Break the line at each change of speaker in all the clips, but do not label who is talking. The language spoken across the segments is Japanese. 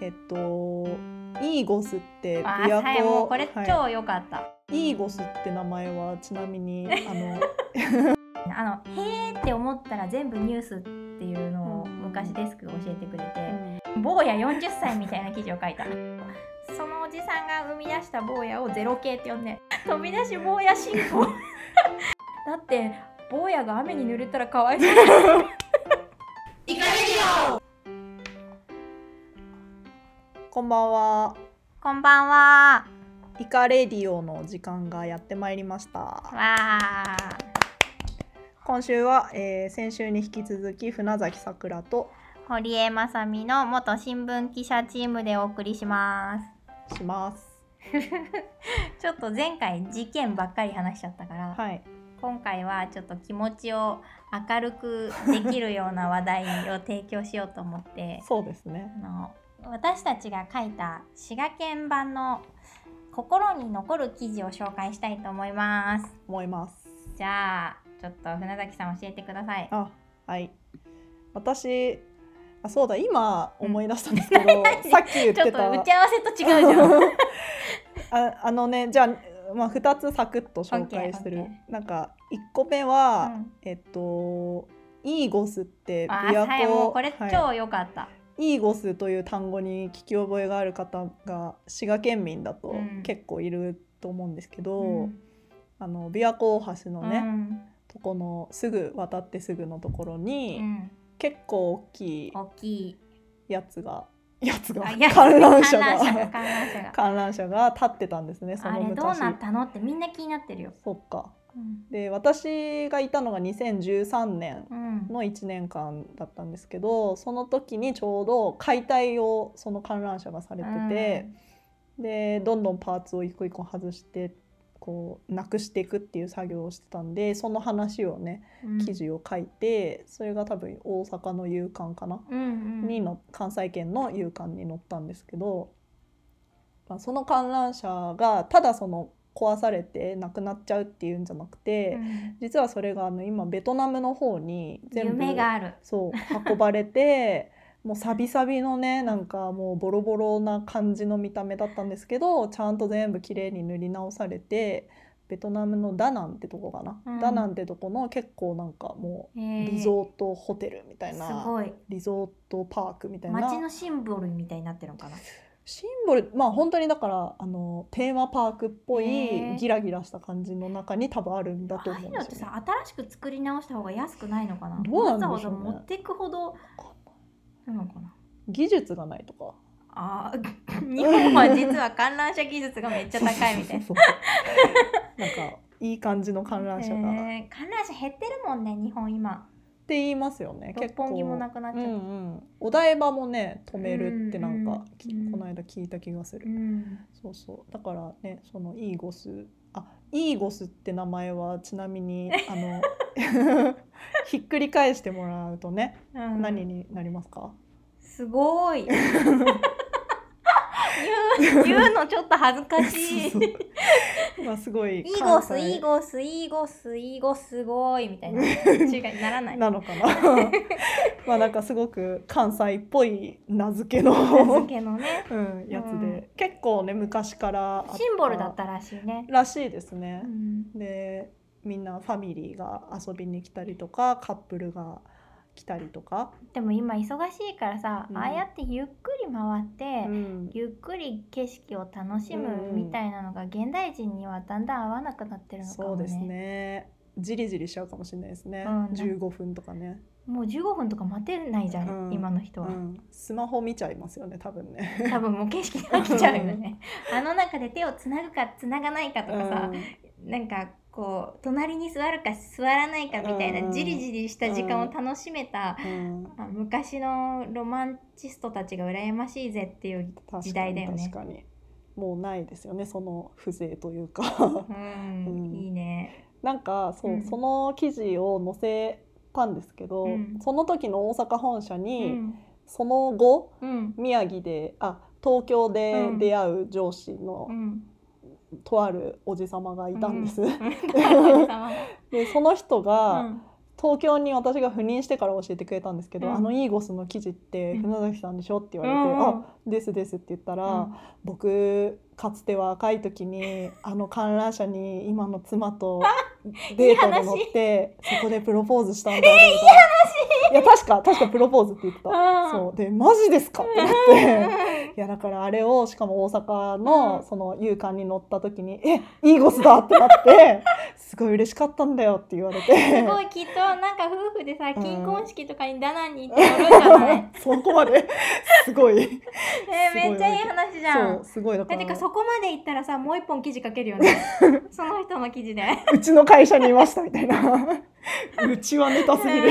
えっとイーゴスって
あ
琵琶湖、
はいもうこれ
はい
超良かった、
イーゴスって名前はちなみにあの
あの「へー」って思ったら全部ニュースっていうのを昔デスクが教えてくれて坊や40歳みたいな記事を書いたそのおじさんが生み出した坊やをゼロ系って呼んで飛び出し坊や進行 だって坊やが雨に濡れたらかわいそう
こんばんは
こんばんは
イカレディオの時間がやってまいりました
わ
今週は、えー先週に引き続き船崎さくらと
ー堀江正美の元新聞記者チームでお送りします
します
ちょっと前回事件ばっかり話しちゃったから、
はい
今回はちょっと気持ちを明るくできるような話題を提供しようと思って
そうですね
あの私たちが書いた滋賀県版の心に残る記事を紹介したいと思います
思います
じゃあちょっと船崎さん教えてください
あはい私あそうだ今思い出したんですけ ど、さっき言っ
ちょってと
た
打ち合わせと違うじ ゃん
ああのねじゃあ,、まあ2つサクッと紹介す
オッ
る
ケーオッ
なんか1個目は、
うん
えっとイーゴスって
あ
琵琶湖、
はいもうこれ
はい
超良かった、
イーゴスという単語に聞き覚えがある方が滋賀県民だと
うん
結構いると思うんですけど、
うん
あの琵琶湖大橋のね、
うん
とこのすぐ渡ってすぐのところに、
うん
結構大きい
大きい
やつがやつが
あいや
観覧車
観覧車が
が
観覧車が
観覧車が立ってたんですねそ
あ
の
れどう
昔
なったのってみんな気になってるよ、
そっか
うん
で私がいたのが2013年
うん
の1年間だったんですけどその時にちょうど解体をその観覧車がされてて、でどんどんパーツを一個一個外してこうなくしていくっていう作業をしてたんでその話をね
うん
記事を書いて、それが多分大阪の夕刊かな、
うんうん
にの関西圏の夕刊に載ったんですけど、まあ、その観覧車がただその壊されてなくなっちゃうっていうんじゃなくて。
うん
実はそれがあの今ベトナムの方に全部
夢がある
そう運ばれて もうサビサビのねなんかもうボロボロな感じの見た目だったんですけどちゃんと全部綺麗に塗り直されてベトナムのダナンってとこかな、
うん
ダナンってとこの結構なんかも
え
う
ー
リゾートホテルみたい
す
な、
ごい
リゾートパークみたいな
街のシンボルみたいになってるのかな
シンボルまあ本当にだからあのテーマパークっぽ
へ
い
ー
ギラギラした感じの中に多分あるんだと
ああい
思う
うん
で
の
す
って
よね。
さ新しく作り直した方が安くないのかな
どうなんでしょうね
わざわざ持ってくほどなのかな
技術がないとか
あ ー日本は実は観覧車技術がめっちゃ高いみたいな
そうそうそうなんかいい感じの 観覧車が、っ
えー観覧車減ってるもんね日本今
て言いますよね
六
結構
本木もなくなっちゃ
う
った、
んうん、お台場もね止めるってなん
うんう
か
ん、
きこの間聞いた気がする、
うん
そうそうだからねそのイーゴスあイーゴスって名前はちなみ にあのひっくり返してもらうとね、
うん
何になりますか
すご い言う言うのちょっと恥ずかしい
そうそうまあすごい
イーゴス
関西
イーゴスイーゴスイーゴスすごいみたい な違いならない
なのかな まあなんかすごく関西っぽい名付けの
片付けのね
うん、やつで、
うん
結構ね昔からあ
シンボルだったらしいね、
らしいですね
う、ん
でみんなファミリーが遊びに来たりとかカップルが来たりとか、
でも今忙しいからさ、
うん
ああやってゆっくり回って、
うん
ゆっくり景色を楽し
うん
む
うん
みたいなのが現代人にはだんだん合わなくなってるのか
そ
も
う
ね
ですねじりじりしちゃうかもしれないですね、
うん
15分とかね、
もう15分とか待てないじゃん、
うん
今の人
う
は、
ん、スマホ見ちゃいますよね多分 ね
多分もう景色飽きちゃうよねあの中で手をつなぐかつながないかとかさ、
う
なんかこう隣に座るか座らないかみたい
うんう
なんじりじりした時間を楽しめた、
んうん
あ昔のロマンチストたちが羨ましいぜっていう、
確かに
時代だよ
確
ね
かにもうないですよねその風情というか
うん
うん
いいね
なんかそう、
うん
その記事を載せたんですけど、
うん
その時の大阪本社
う
に、
ん、
その後
うん
宮城であ東京で
うん
出会う上司の
う、ん、
とあるおじ様がいたんです、
神様が
でその人が、
うん
東京に私が赴任してから教えてくれたんですけど、
うん
あのイーゴスの記事って
うん
船崎さんでしょって言われて「あですです」って言ったら、僕かつては若い時 にあの観覧車に今の妻とデートで乗ってそこでプロポーズしたんだろういい話いや確か確かプロポーズって言ってた、
うん
そうでマジですかって言って。いやだからあれをしかも大阪
うん
のその勇敢に乗った時に「えイーゴスだ!」ってなってすごい嬉しかったんだよって言われて
すごいきっとなんか夫婦でさ金婚式とかにダナンに行って乗るんじゃない、
そこまですごい
えーめっちゃいい話じゃ
そ
ん
うすごいだか
え
ら
てかそこまで行ったらさもう一本記事書ける よねその人の記事でえ
うちの会社にいましたみたいな うちはネタすぎ る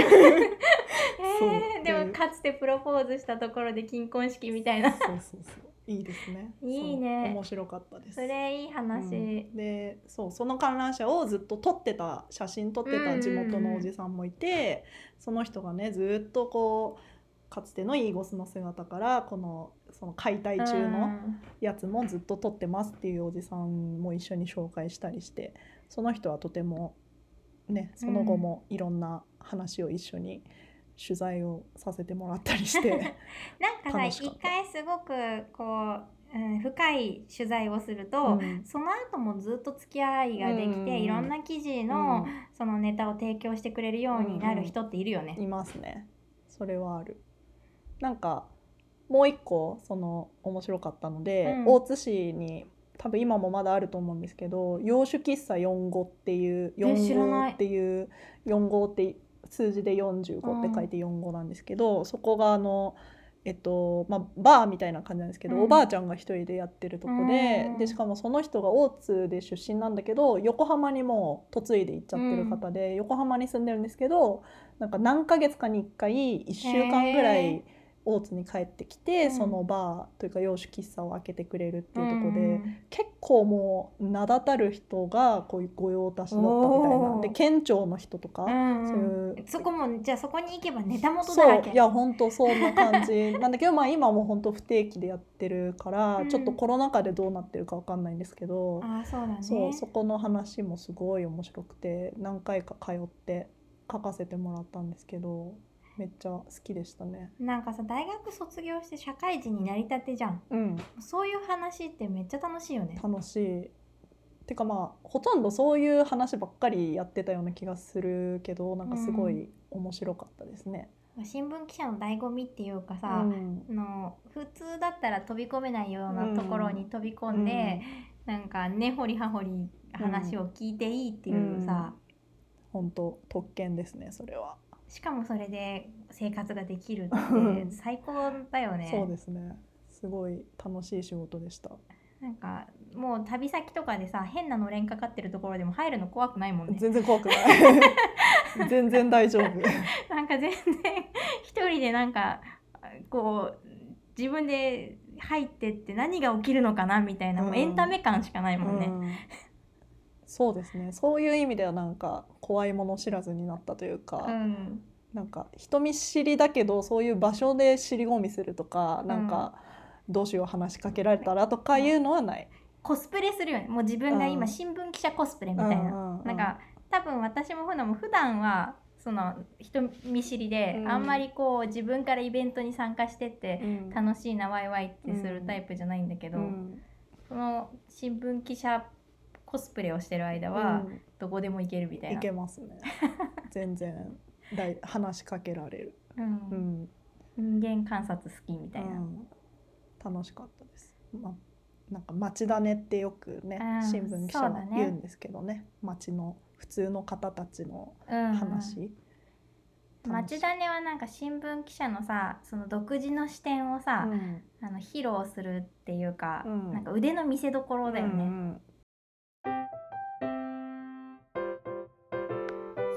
ーでもかつてプロポーズしたところで金婚式みたいな
そうそうそういいですね
いいね
そう面白かったです
それいい
うん
話、
でそうその観覧車をずっと撮ってた写真撮って
うんうんう
た
ん
地元のおじさんもいて、その人がねずっとこうかつてのイーゴスの姿からこのその解体中
う
の
ん
やつもずっと撮ってますっていうおじさんも一緒に紹介したりしてその人はとてもねその後もいろんな話を一緒に取材をさせてもらったりして。
なんかさ
楽しか
一
った
回すごくこう、うん、深い取材をすると、
うん
その後もずっと付き合いができて、
うん
いろんな記事の、そのネタを提供してくれるようになる人っているよね。
いますねそれはあるなんかもう一個その面白かったので、
うん
大津市に多分今もまだあると思うんですけど洋酒喫茶4号っていう
え知ら
4
な
号
い
っていう4号って数字で45って書いて4号なんですけど、そこがあのえっとまあ、バーみたいな感じなんですけど、
うん
おばあちゃんが一人でやってるとこで,、
うん
でしかもその人が大津で出身なんだけど横浜にもう嫁いで行っちゃってる方で、横浜に住んでるんですけどなんか何ヶ月かに1回1週間ぐら
へ
い
ー
大津に帰ってきて、
うん
そのバーというか洋酒喫茶を開けてくれるって
う
い
ん
う
う
ところで、
ん
結構もう名だたる人がこういう御用達だったみたい
お
な
ー
で県庁の人とか、
うん
そういう
そこもじゃあそこに行けばネタ元だ
そ
ら
う
け。
いや本当そんな感じ なんだけど、まあ、今も本当不定期でやってるから、
うん
ちょっとコロナ禍でどうなってるかわかんないんですけど、
ああそうだね。
そうそこの話もすごい面白くて何回か通って書かせてもらったんですけどめっちゃ好きでしたね。
なんかさ大学卒業して社会人になりたてじゃん。
うん、
そういう話ってめっちゃ楽しいよね。
楽しいてかまあほとんどそういう話ばっかりやってたような気がするけどなんかすごい面白かったですね。
新聞記者の醍醐味っていうか
う
さ、
ん
あの普通だったら飛び込めないようなところに飛び込んで、なんか根掘り葉掘り話を聞いていいっていうさ、
本当特権ですねそれは、
しかもそれで生活ができるって
うん
最高だよね。
そうですねすごい楽しい仕事でした、
なんかもう旅先とかでさ変なのれんかかってるところでも入るの怖くないもんね。
全然怖くない 全然大丈夫
なんか全然一人でなんかこう自分で入ってって何が起きるのかなみたいな、もう
うん
エンタメ感しかないもんね。
うんそうですねそういう意味ではなんか怖いもの知らずになったというか、
うん
なんか人見知りだけどそういう場所で尻込みするとか、なんかどうしよう話しかけられたらとかいうのはない。
コスプレするよねもう自分が
う
今
ん
新聞記者コスプレみたい
う
な、
んうんうん
なんか多分私もふなも普段はその人見知りで、
うん
あんまりこう自分からイベントに参加してって
楽
楽しいなワイワイってするタイプじゃないんだけど、その新聞記者コスプレをしてる間はどこでも行けるみたい
い
な、
けますね。全然だい話しかけられる。
うん
うん、
人間観察好きみたい
う
な、
ん楽しかったです。まなんか町だねってよくね
うん
新聞記者
そうだ
は
ね
言うんですけどね町の普通の方たちの
うん
話。
町
ね
田ねはなんか新聞記者のさその独自の視点をさ、あの披露するっていうか、
うん
なんか腕の見せ所だよね。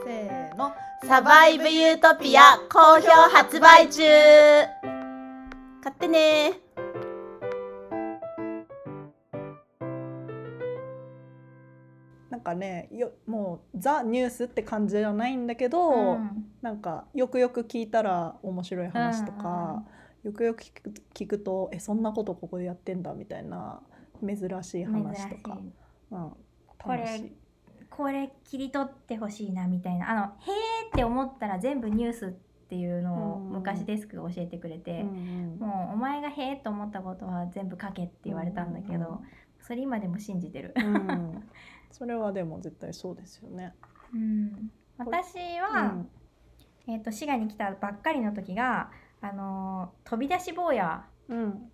せーの
サバイブユートピア好評発売中買ってね
なんかねよもうザ・ニュースって感じじゃないんだけど、
うん
なんかよくよく聞いたら面白い話とか、よくよく聞く聞くとえそんなことここでやってんだみたいな珍しい話とか
珍し、い
うん、
これ
楽しい
これ切り取ってほしいなみたいなあの「へー」っって思ったら全部ニュースっていうのを
うん
昔デスクが教えてくれて、
うん
もうお前がへえと思ったことは全部書けって言われたんだけど、それ今でも信じてる。
うんそれはでも絶対そうですよね。
うん、
これ
私は、えっ、と滋賀に来たばっかりの時があのー飛び出し坊や
うんうん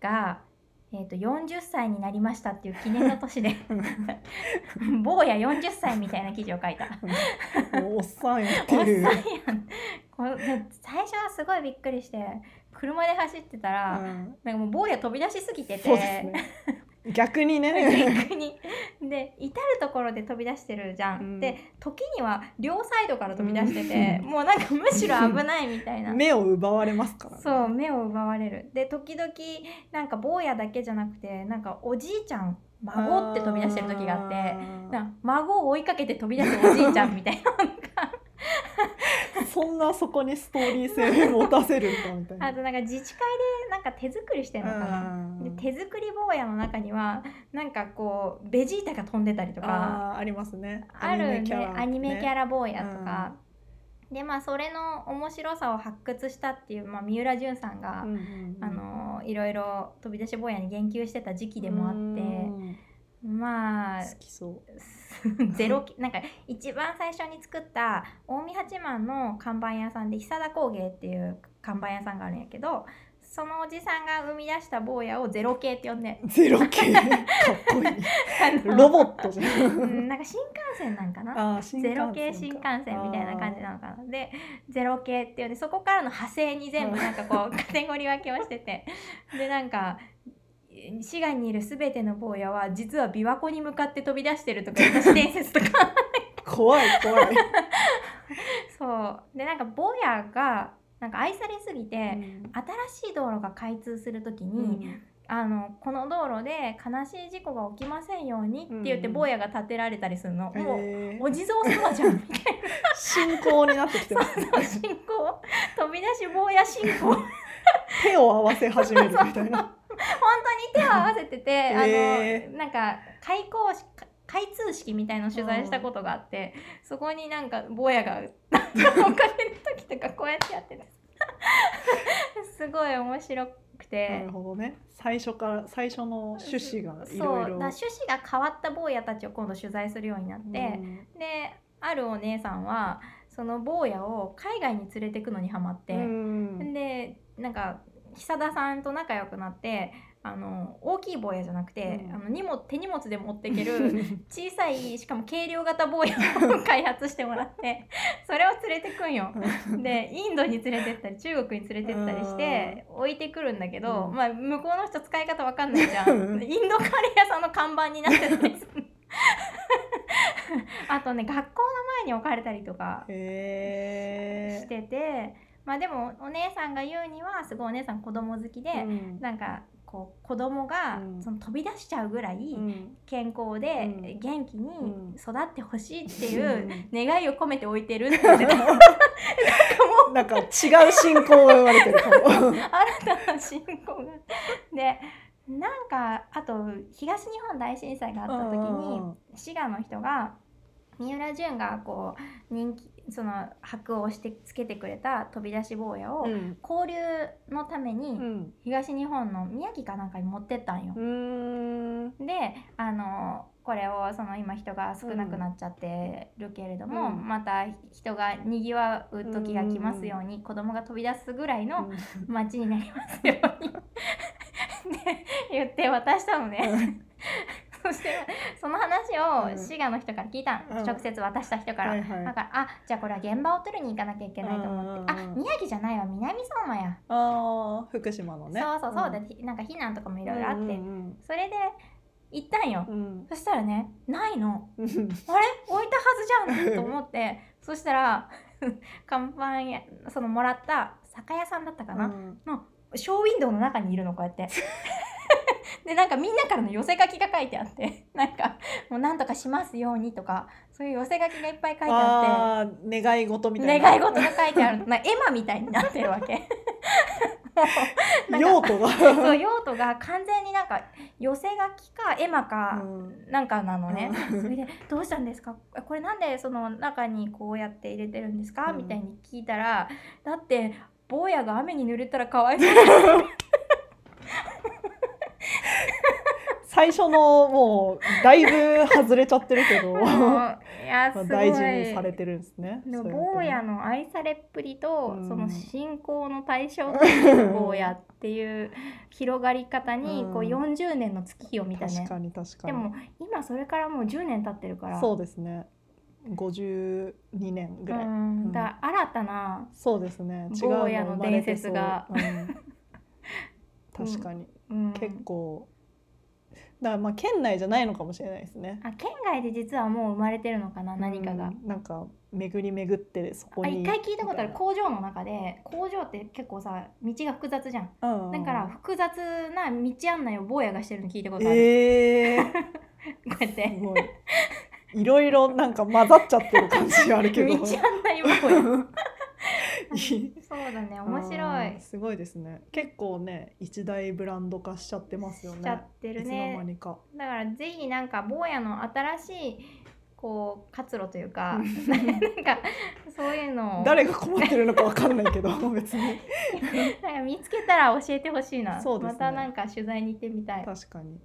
が。えー、と40歳になりましたっていう記念の年 で坊や40歳みたいな記事を書いた
もうおっさんやって
おっさん
る
や。んこれで最初はすごいびっくりして車で走ってたら、
うん
なんかもう坊や飛び出しすぎてて
そうですね。逆に ね。
逆にで至る所で飛び出してるじゃん、
うん
で時には両サイドから飛び出してて、もうなんかむしろ危ないみたいな。
目を奪われますから、ね。
そう目を奪われるで時々なんか坊やだけじゃなくてなんかおじいちゃん孫って飛び出してる時があって
あ
なんか孫を追いかけて飛び出すおじいちゃんみたいなのが
ーそんなそこにストーリー性を持たせるんだみたいな。
あとなんか自治会でなんか手作りしてるのかな。で
うん
手作り坊やの中にはなんかこうベジータが飛んでたりとか
あーありますね。
あるねアニメキャ
ラ。
ラ坊やとか、でまあそれの面白さを発掘したっていう、まあ、三浦淳さんが、
うんうんうん
あのいろいろ飛び出し坊やに言及してた時期でもあって
うん
まあ
好きそう。
ゼロなんか一番最初に作った近江八幡の看板屋さんで久田工芸っていう看板屋さんがあるんやけどそのおじさんが生み出した坊やをゼロ系って呼んで
ゼロ系かっこい
あの
い。ロボットじゃ。
うんんなんか新幹線なんかな
あー新
ゼ
幹線か
ロ系新幹線みたいな感じなのかなでゼロ系っていうでそこからの派生に全部
うん
なんか こうカテゴリー分けをしててでなんか滋賀にいる全ての坊やは実は琵琶湖に向かって飛び出してるとか都市伝説とか
怖い怖 い。
そうでなんか坊やがなんか愛されすぎ
う
て、
ん
新しい道路が開通する時に、
うん
あのこの道路で悲しい事故が起きませんようにって言って
うん
坊やが建てられたりするの、もう
へー
お地蔵様じゃ んみたい
信仰になってき てますね。
な信仰飛び出し坊や信 仰本
手を合わせ始めるみたいな。
当に手を合わせてて、
へ
あのなんか開校式開通式みたいのを取材したことがあって、そこになんか坊や がお金の時とかこうやってやってた すごい面白く
な
て
る。ほどね。最初から最初の趣旨がい
そうだ
ろ
か
い
ら
ろ。
趣旨が変わった坊やたちを今度取材するようになって、であるお姉さんはその坊やを海外に連れてくのにハマって、
うん
でなんか久田さんと仲良くなってあの大きい坊やじゃなくて、
うん
あの荷物手荷物で持っていける小さいしかも軽量型坊やを 開発してもらってそれを連れてくんよ。 でインドに連れてったり中国に連れてったりして置いてくるんだけど、
うん
まあ、向こうの人使い方わかんないじゃん
うん
インドカレー屋さんの看板になってたりす るあとね学校の前に置かれたりとか
へ
し
え。
てて、まあでもお姉さんが言うにはすごいお姉さん子供好きで、
うん
なんかこう子供が
うん
その飛び出しちゃうぐらい
うん
健康で
うん
元気に
ん
育ってほしいって
て
いう願いを込めて置いてるって言っ てた
なんか違う信仰が生まれてるかも。
新たな信仰が。でなんかあと東日本大震災があった時に滋賀の人が三浦淳がこう人気その箔を押してつけてくれた飛び出し坊やを、
うん
交流のため
う
に
ん
東日本の宮城かなんかに持ってったんよ。
うんうん
であのこれをその今人が少なくなっちゃってるけれど
う
も、
ん
また人がにぎわう時が来ますように、子供が飛び出すぐらいの街になりますようにって言って渡したのね。そしてその話
う
を
ん
滋賀の人から聞いたの、
うん
直接渡した人から。
はいはい
だからあじゃあこれは現場を取りに行かなきゃいけないと思って、
うんうん
あ
うん
宮城じゃないわ南相馬や
あー福島のね。
そうそうそう、
ん
だってなんか避難とかもいろいろあって、
うん
それで行ったんよ、
うん
そしたらねないの
うんうん
あれ置いたはずじゃんと思ってそしたら 看板やそのもらった酒屋さんだったかな、
うん
ショーウィンドウの中にいるのこうやって でなんかみんなからの寄せ書きが書いてあって なんか「もうなんとかしますように」とかそういう寄せ書きがいっぱい書いてあって
あー願い事みたいな。
願い事が書いてあるなんか絵馬みたいになってるわけもう
い
なんか
用途が。
そう用途が完全になんか寄せ書きか絵馬か、
うん
なんかなのね、
うん
それで「どうしたんですかあこれなんでその中にこうやって入れてるんですか?」
うん
みたいに聞いたら「だって坊やが雨に濡れたらかわいそうだ
最初のもうだいぶ外れちゃってるけど
と
ま
思う」いやす
あ
ごい
大事にされてるんですね。
でも
そう
坊
や
や
ってね
の愛されっぷりと、
うん
その信仰の対象という坊やっていう広がり方に、
うん
こう40年の月日を見たね
確かに確か
で
に。
も今それからもう10年経ってるから
そうですね。52年ぐらい。
うんだから新たな、
そうですね。違うの
坊やの
生まれてそう
伝説が
うん確かに、
うん
結構。だからまあ県内じゃないのかもしれないですね。
あ県外で実はもう生まれてるのかな何かが。
うんなんか巡り巡ってそこ
あ
に。
一回聞いたことある工場の中で工場って結構さ道が複雑じゃん
うん
だから複雑な道案内を坊やがしてるの聞いたことある、
ええー、
こうやって
すごい。いろいろなんか混ざっちゃってる感じあるけ ど。
道案内坊や
い
そうだね面白
うん
い
すごいですね。結構ね、一大ブランド化しちゃってますよね。
しちゃってる
いつの間
ね
にか。
だからぜひなんか坊やの新しいこう活路というか
うん
なんかそういうのを
誰が困ってるのかわかんないけ ど、別に。
なんか見つけたら教えてほしいな、
そうです
ま
ね
たなんか取材に行ってみたい、
確かに。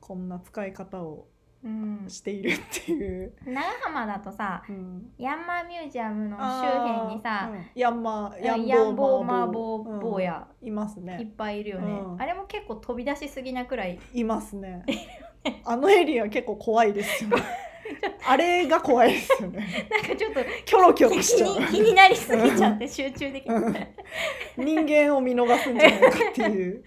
こんな使い方を
うん、
しているっていう。
長浜だとさ
うん
ヤンマーミュージアムの周辺にさ
あ、ーうんヤンマー、
ヤンボーマーボ
うん
ー坊や
います
いっ
ね。
ぱいいるよね、
うん
あれも結構飛び出しすぎなく らい
いますね。あのエリア結構怖いです よね。あれが怖いですよね。
なんかちょっと
キョロキョロし
気
ちゃう
に。 気になりすぎちゃって集中できな
う
い
ん人間を見逃すんじゃないかって いう。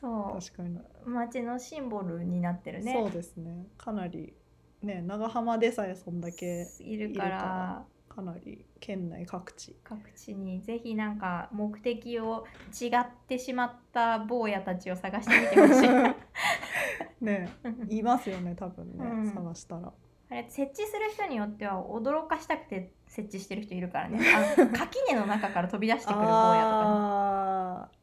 そ
確かに。
う街のシンボルになってるね
そうですねかなりね長浜でさえそんだけ
いる
いる
か
かららかなり県内各地
各地にぜひなんか目的を違ってしまった坊やたちを探してみてほしい
ね いますよね多分ね、
うん
探したら
あれ設置する人によっては驚かしたくて設置してる人いるから ねあ垣根の中から飛び出してくる坊やとか
あー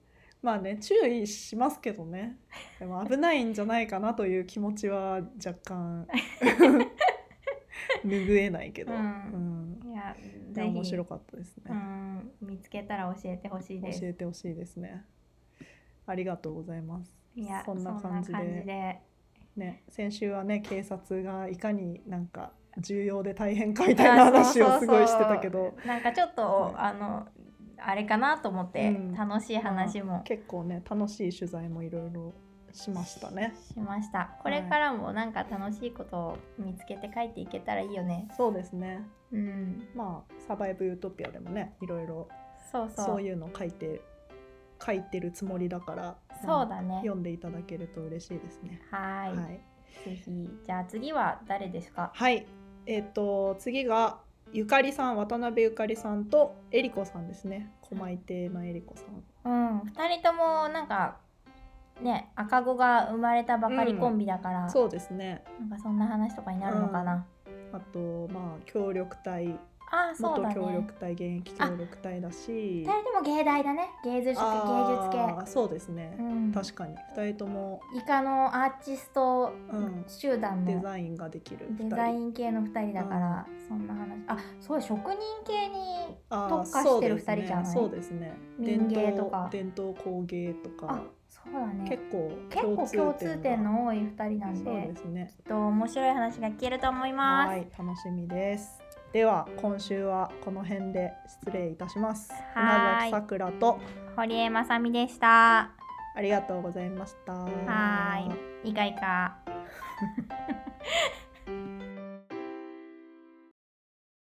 まあね注意しますけどねでも危ないんじゃないかなという気持ちは若 干拭えないけど、
う
うんん
ねいや
いや
ぜひ
面白かったです
う
ね、
ん見つけたら教えてほしいです
教えてほしいですねありがとうございます
いや
そんな感じ
そんな感
で
じで
ね、先週はね警察がいかになんか重要で大変かみたいな話をすごいしてたけ
そうそ
ど
うそうなんかちょっとあのあれかなと思って、
うん
楽しい話も
結構ね楽しい取材もいろいろしましたね。
しましたこれからもなんか楽しいことを見つけて書いていけたらいいよね
そうですね
うん
まあ「サバイブ・ユートピア」でもねいろいろ
そうそう
そういうの書いて書いてるつもりだから
そうだ
うん
ね
読んでいただけると嬉しいですね。
はーい
はい、
ぜひじゃあ次は誰ですか
はい、えっ、と次がゆかりさん渡辺ゆかりさんとえりこさんですね狛江亭のえりこさん。
うん2人ともなんかね赤子が生まれたばかりコンビだから、
そうですね
なんかそんな話とかになるのかな、
あとまあ協力隊
ああそう
元
だね
協
2
力隊、現役協力隊だし
人とも芸大だね芸術系芸術
あ
系
ーそうですね、
うん
確かに2人とも、
イカのアーティス
う
ト
ん、
集団
デ
の
ザインができる2人
デザイン系の2人だから、そんな話あそう職人系に
あー
特化してる二人じゃない
そうですねそうですね
民芸とか
伝統伝統工芸とか
あそうだね
結構
結構共通点
が
の多い2人なんで
そうですね
きっと面白い話が聞けると思います
はい楽しみですでは今週はこの辺で失礼いたします
はーい
船崎さくらと
堀江まさみでした
ありがとうございました
はーいイカイカ